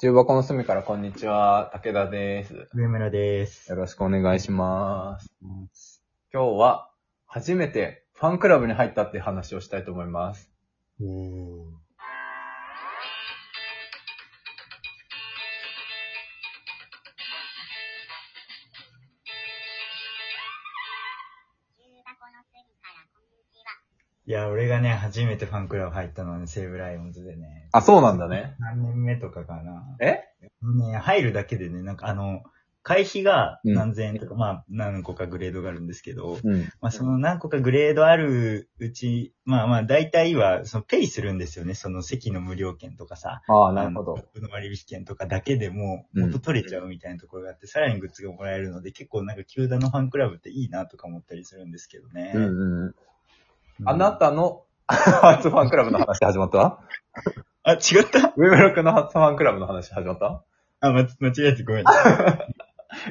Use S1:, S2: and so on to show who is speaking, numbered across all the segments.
S1: 中箱の隅からこんにちは、武田です。
S2: 上村です
S1: よ。ろしくお願いします。今日は、初めてファンクラブに入ったって話をしたいと思います。
S2: おーいや、俺がね、初めてファンクラブ入ったのはね、西武ライオンズでね。
S1: あ、そうなんだね。
S2: 何年目とかかな。
S1: え
S2: ね、入るだけでね、なんかあの、会費が
S1: うん
S2: 何千円とか、まあ何個かグレードがあるんですけど、
S1: うん。
S2: まあその何個かグレードあるうち、まあまあ大体は、そのペイするんですよね、その席の無料券とかさ。
S1: ああ、なるほ
S2: あ
S1: ど
S2: の。僕の割引券とかだけでも、
S1: うん
S2: 元取れちゃうみたいなところがあって、さらにグッズがもらえるので、結構なんか球団のファンクラブっていいなとか思ったりするんですけどね。
S1: うんうんうん。
S2: うん
S1: あなたの 初ファンクラブの話始まった
S2: あ、違った
S1: 上村くんの初ファンクラブの話始まった
S2: あ、ま、間違えてごめん。
S1: い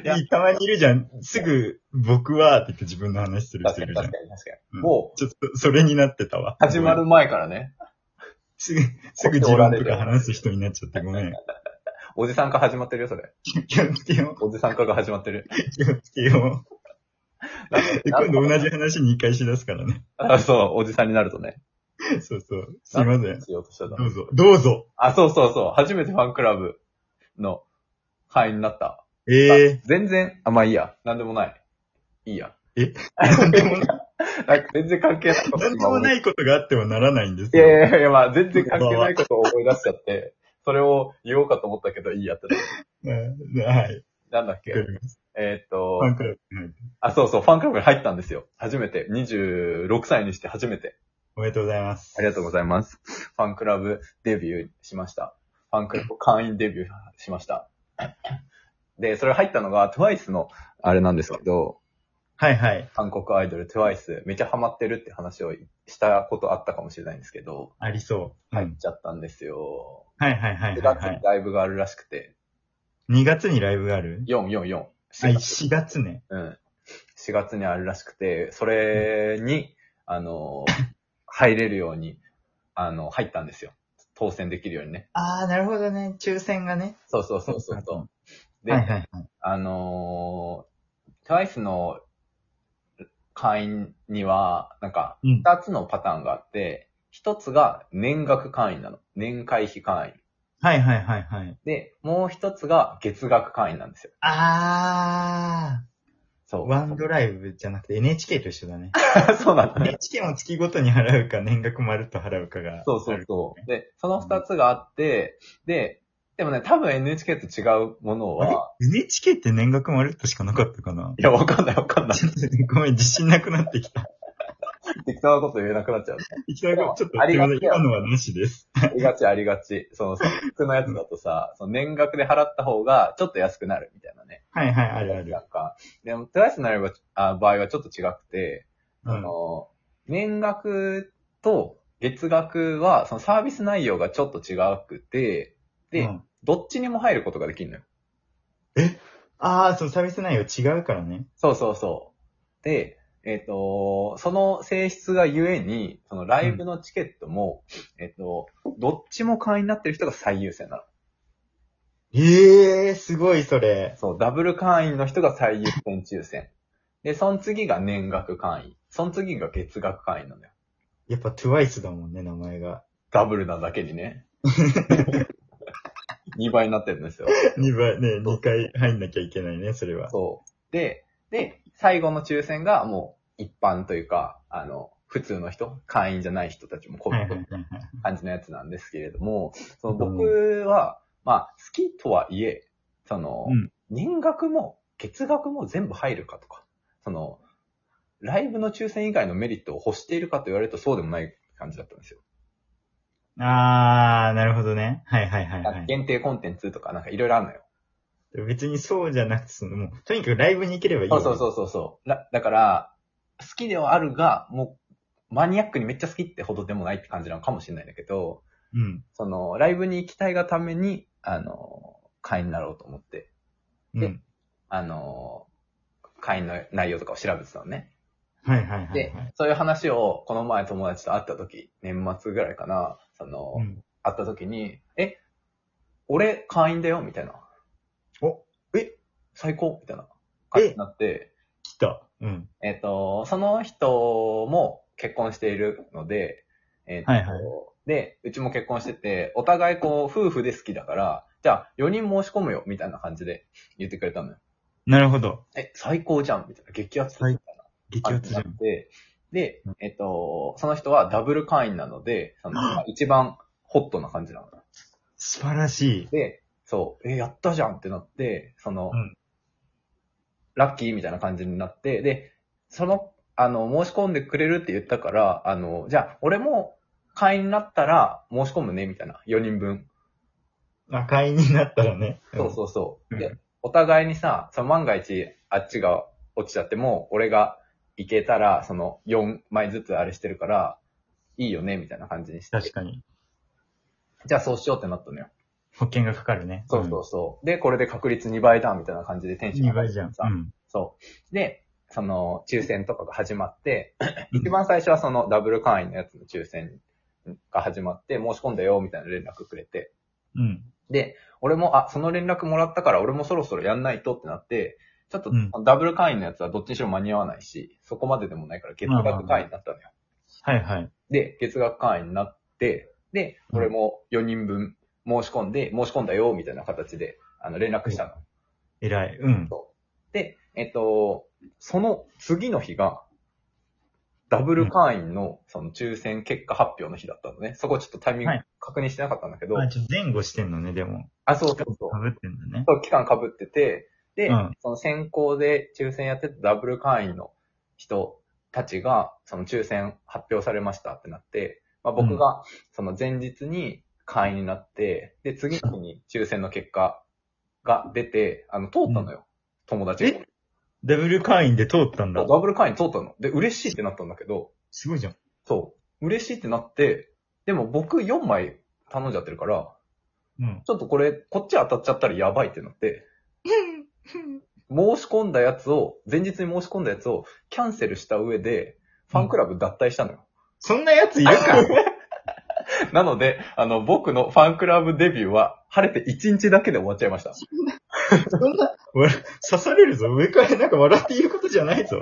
S1: や
S2: いいたまにいるじゃん。すぐ、僕は、って言って自分の話する
S1: 確
S2: 人
S1: か
S2: いる
S1: に
S2: じゃ
S1: 確。か
S2: ん
S1: に確か
S2: うん
S1: に。も
S2: ちょっと、それになってたわ。
S1: う、始まる前からね、
S2: すぐ、すぐ自分とか話す人になっちゃってごめん。
S1: おじさん化始まってるよ、それ。
S2: 気をつけよ
S1: おじさん化が始まってる。
S2: う。気をつけよう。で今度同じ話に一回しだすからね。
S1: あ、そう、おじさんになるとね。
S2: そうそう。すいません。
S1: しようとしてたの
S2: どうぞ。どうぞ。
S1: あ、そうそうそう。初めてファンクラブの会員になった。
S2: ええ
S1: あ全然、あ、まあいいや。なんでもない。いいや。
S2: なんでもな
S1: なんか全然関係ないこと。。
S2: なんでもないいことがあってはならないんです
S1: いやい
S2: よ。
S1: やいや、まあ全然関係ないことを思い出しちゃって、それを言おうかと思ったけど、いいやってなった。
S2: うんはい。
S1: なんだっけ
S2: わかります
S1: えーっ
S2: フ
S1: と
S2: ァ、ンクラブはい
S1: あ、そうそう、ファンクラブに入ったんですよ。初めて。26歳にして初めて。
S2: おめでとうございます。
S1: ありがとうございます。ファンクラブデビューしました。ファンクラブ会員デビューしました。で、それ入ったのが TWICE のあれなんですけど、
S2: はいはい。
S1: 韓国アイドル TWICE めちゃハマってるって話をしたことあったかもしれないんですけど、
S2: ありそう。う
S1: 入っ
S2: ん
S1: ちゃったんですよ。
S2: はいはいはい
S1: 9
S2: はい
S1: 月
S2: は
S1: に
S2: い。
S1: ライブがあるらしくて、
S2: 2月にライブがある
S1: 444。
S2: あ、4月ね。
S1: うん。4月にあるらしくて、それに、あの、入れるように、あの、入ったんですよ。当選できるようにね。
S2: ああ、なるほどね。抽選がね。
S1: そうそうそうそうそう。で、
S2: はいはいはい。
S1: あのー、TWICE の会員には、なんか、
S2: うん。
S1: 二つのパターンがあって、一つが年額会員なの。年会費会員。
S2: はいはいはいはい。
S1: で、もう一つが月額会員なんですよ。
S2: あ
S1: そ
S2: あ、
S1: う。
S2: ワンドライブじゃなくて NHK と一緒だ ね。
S1: そうなんだね。
S2: NHK も月ごとに払うか、年額まるっと払うかが。
S1: そうそ
S2: あ
S1: う
S2: る
S1: そう。で、その二つがあって、で、でもね、多分 NHK と違うものは、
S2: NHK って年額まるっとしかなかったかない
S1: や、わかんないわかんない
S2: ち。ょっとねごめん、自信なくなってき た。
S1: 適当なこと言えなくなっちゃうね。
S2: 行きたいこと、ちょっと、
S1: ありがとう
S2: 今のはなしです。
S1: ありがちありがち。その、その服のやつだとさ、その年額で払った方がちょっと安くなるみたいなね。
S2: はいはい、あるある。
S1: なんか、でも、トライスになれば、あ場合はちょっと違くて、
S2: う
S1: あ
S2: ん。
S1: の、年額と月額は、そのサービス内容がちょっと違くて、で、
S2: うん
S1: どっちにも入ることができるのよ。
S2: ああ、そう、サービス内容違うからね。
S1: そうそうそう。で、えっ、と、その性質がゆえに、そのライブのチケットも、えっ、と、どっちも会員になってる人が最優先なの。
S2: ええー、すごい、それ。
S1: そう、ダブル会員の人が最優先抽選。で、その次が年額会員。その次が月額会員なのよ。
S2: やっぱ TWICE だもんね、名前が。
S1: ダブルなだけにね。2倍になってるんですよ。
S2: 2倍、ね、2回入んなきゃいけないね、それは。
S1: そう。で、で、最後の抽選がもう一般というか、あの、普通の人、会員じゃない人たちもこう
S2: はい
S1: い
S2: はいはいうはい。
S1: 感じのやつなんですけれども、その僕は、まあ、好きとはいえ、その、
S2: うん
S1: 年額も月額も全部入るかとか、その、ライブの抽選以外のメリットを欲しているかと言われるとそうでもない感じだったんですよ。
S2: ああ、なるほどね。はいはいはいはい。
S1: 限定コンテンツとかなんかいろいろあるのよ。
S2: 別にそうじゃなくて、その、もう、とにかくライブに行ければいい。
S1: そうそうそうそうそう。だだから、好きではあるが、もう、マニアックにめっちゃ好きってほどでもないって感じなのかもしれないんだけど、
S2: う。うん。
S1: その、ライブに行きたいがために、あの、会員になろうと思って、
S2: うん。
S1: あの、会員の内容とかを調べてたのね。
S2: はいはいは
S1: で
S2: いはい。、
S1: そういう話を、この前友達と会った時、年末ぐらいかな、その、
S2: うん。
S1: 会った時に、え、俺会員だよ、みたいな。
S2: お、え
S1: 最高みたいな感じになって、
S2: 来た。うん。
S1: えっと、その人も結婚しているので、えっと、
S2: はいはい
S1: で、うちも結婚してて、お互いこう、夫婦で好きだから、じゃあ、4人申し込むよ、みたいな感じで言ってくれたのよ。
S2: なるほど。
S1: え、最高じゃん、みたいな。激アツ。
S2: はい激
S1: 感
S2: ア
S1: じ
S2: ツ
S1: に
S2: じ
S1: な
S2: ゃ
S1: っ
S2: ん。
S1: て、で
S2: うん、
S1: えっと、その人はダブル会員なので、そのまあ一番ホットな感じなの。
S2: 素晴らしい。
S1: で、そう、え、やったじゃんってなって、その、
S2: うん
S1: ラッキーみたいな感じになって、で、その、あの、申し込んでくれるって言ったから、あの、じゃあ、俺も会員になったら申し込むね、みたいな、4人分。
S2: 赤いになったらね。
S1: そうそうそう。
S2: うん
S1: で、お互いにさ、その万が一、あっちが落ちちゃっても、俺が行けたら、その4枚ずつあれしてるから、いいよね、みたいな感じにし
S2: 確
S1: て。
S2: かに。
S1: じゃあそうしようってなったのよ。
S2: 保険がかかるね。
S1: そうそうそう。で、これで確率2倍だ、みたいな感じでテンション
S2: 2
S1: 上がっ
S2: 倍
S1: て
S2: じゃん。
S1: さ
S2: うん。
S1: そう。で、その、抽選とかが始まって、一番最初はそのダブル会員のやつの抽選が始まって、申し込んだよ、みたいな連絡くれて。
S2: うん。
S1: で、俺も、あ、その連絡もらったから俺もそろそろやんないとってなって、ちょっと
S2: うん
S1: ダブル会員のやつはどっちにしろ間に合わないし、そこまででもないから月額会員になったのよ。
S2: はいはい。
S1: で、月額会員になって、で、
S2: うん
S1: 俺も4人分申し込んで、申し込んだよ、みたいな形で、あの、連絡したの。
S2: 偉い。うん。
S1: で、えっと、その次の日が、ダブル会員のその抽選結果発表の日だったのね。そこちょっとタイミング
S2: はい
S1: 確認してなかったんだけど、
S2: あ、ちょっと前後してんのね、でも。
S1: あ、そうそうそう。
S2: かぶってんだね。
S1: そう、期間被ってて、で、
S2: うん
S1: その先行で抽選やってたダブル会員の人たちが、その抽選発表されましたってなって、まあ、僕がその前日に会員になって、で、次の日に抽選の結果が出て、あの、通ったのよ。友達が
S2: えダブル会員で通ったんだ。
S1: ダブル会員通ったの。で、嬉しいってなったんだけど、
S2: すごいじゃん。
S1: そう。嬉しいってなって、でも僕4枚頼んじゃってるから、
S2: うん。
S1: ちょっとこれ、こっち当たっちゃったらやばいってなって、申し込んだやつを、前日に申し込んだやつをキャンセルした上で、ファンクラブ脱退したのよ。
S2: そんなやついるか
S1: なので、あの、僕のファンクラブデビューは、晴れて1日だけで終わっちゃいました。
S2: そん な、俺刺されるぞ。上からなんか笑って言うことじゃないぞ。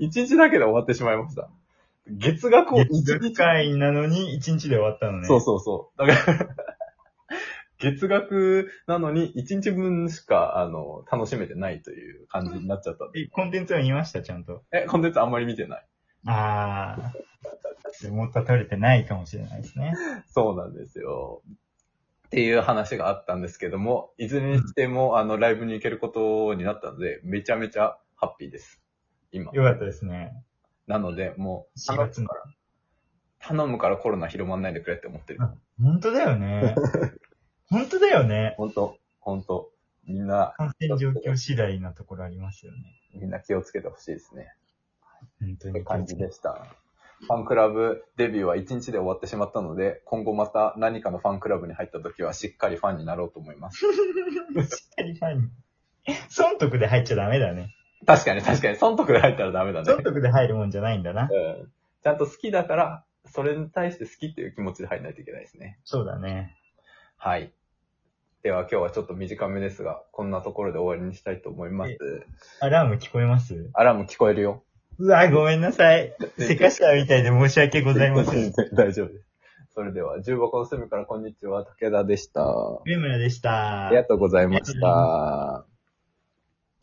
S1: 1日だけで終わってしまいました。月額を1
S2: 月額
S1: 日。
S2: 会員なのに1日で終わったのね。
S1: そうそうそう。だから、月額なのに1日分しか、あの、楽しめてないという感じになっちゃった。
S2: え、コンテンツは見ました、ちゃんと。
S1: え、コンテンツあんまり見てない。
S2: ああ。もっと取れてないかもしれないですね。
S1: そうなんですよ。っていう話があったんですけども、いずれにしても、あの、ライブに行けることになったので、めちゃめちゃハッピーです。今。
S2: よかったですね。
S1: なので、もう、
S2: 4月の。
S1: 頼むからコロナ広まんないでくれって思ってる。
S2: 本当だよ ね。本当だよね。
S1: ほんと、ほんと、みんな、
S2: 感染状況次第なところありますよね。
S1: みんな気をつけてほしいですね。
S2: 本当
S1: って
S2: に。
S1: 感じでした。ファンクラブデビューは1日で終わってしまったので、今後また何かのファンクラブに入った時はしっかりファンになろうと思います。
S2: しっかりファンに。損得で入っちゃダメだね。
S1: 確かに確かに、損得で入ったらダメだね。
S2: 損得で入るもんじゃないんだな。
S1: うんちゃんと好きだから、それに対して好きっていう気持ちで入らないといけないですね。
S2: そうだね。
S1: はい。では今日はちょっと短めですが、こんなところで終わりにしたいと思います。
S2: アラーム聞こえます
S1: アラーム聞こえるよ。
S2: うわ、ごめんなさい。せかしたみたいで申し訳ございません。
S1: 大丈夫です。それでは、重箱の隅からこんにちは、武田でした。
S2: 上村でした。
S1: ありがとうございまし
S2: ありがとうご
S1: た。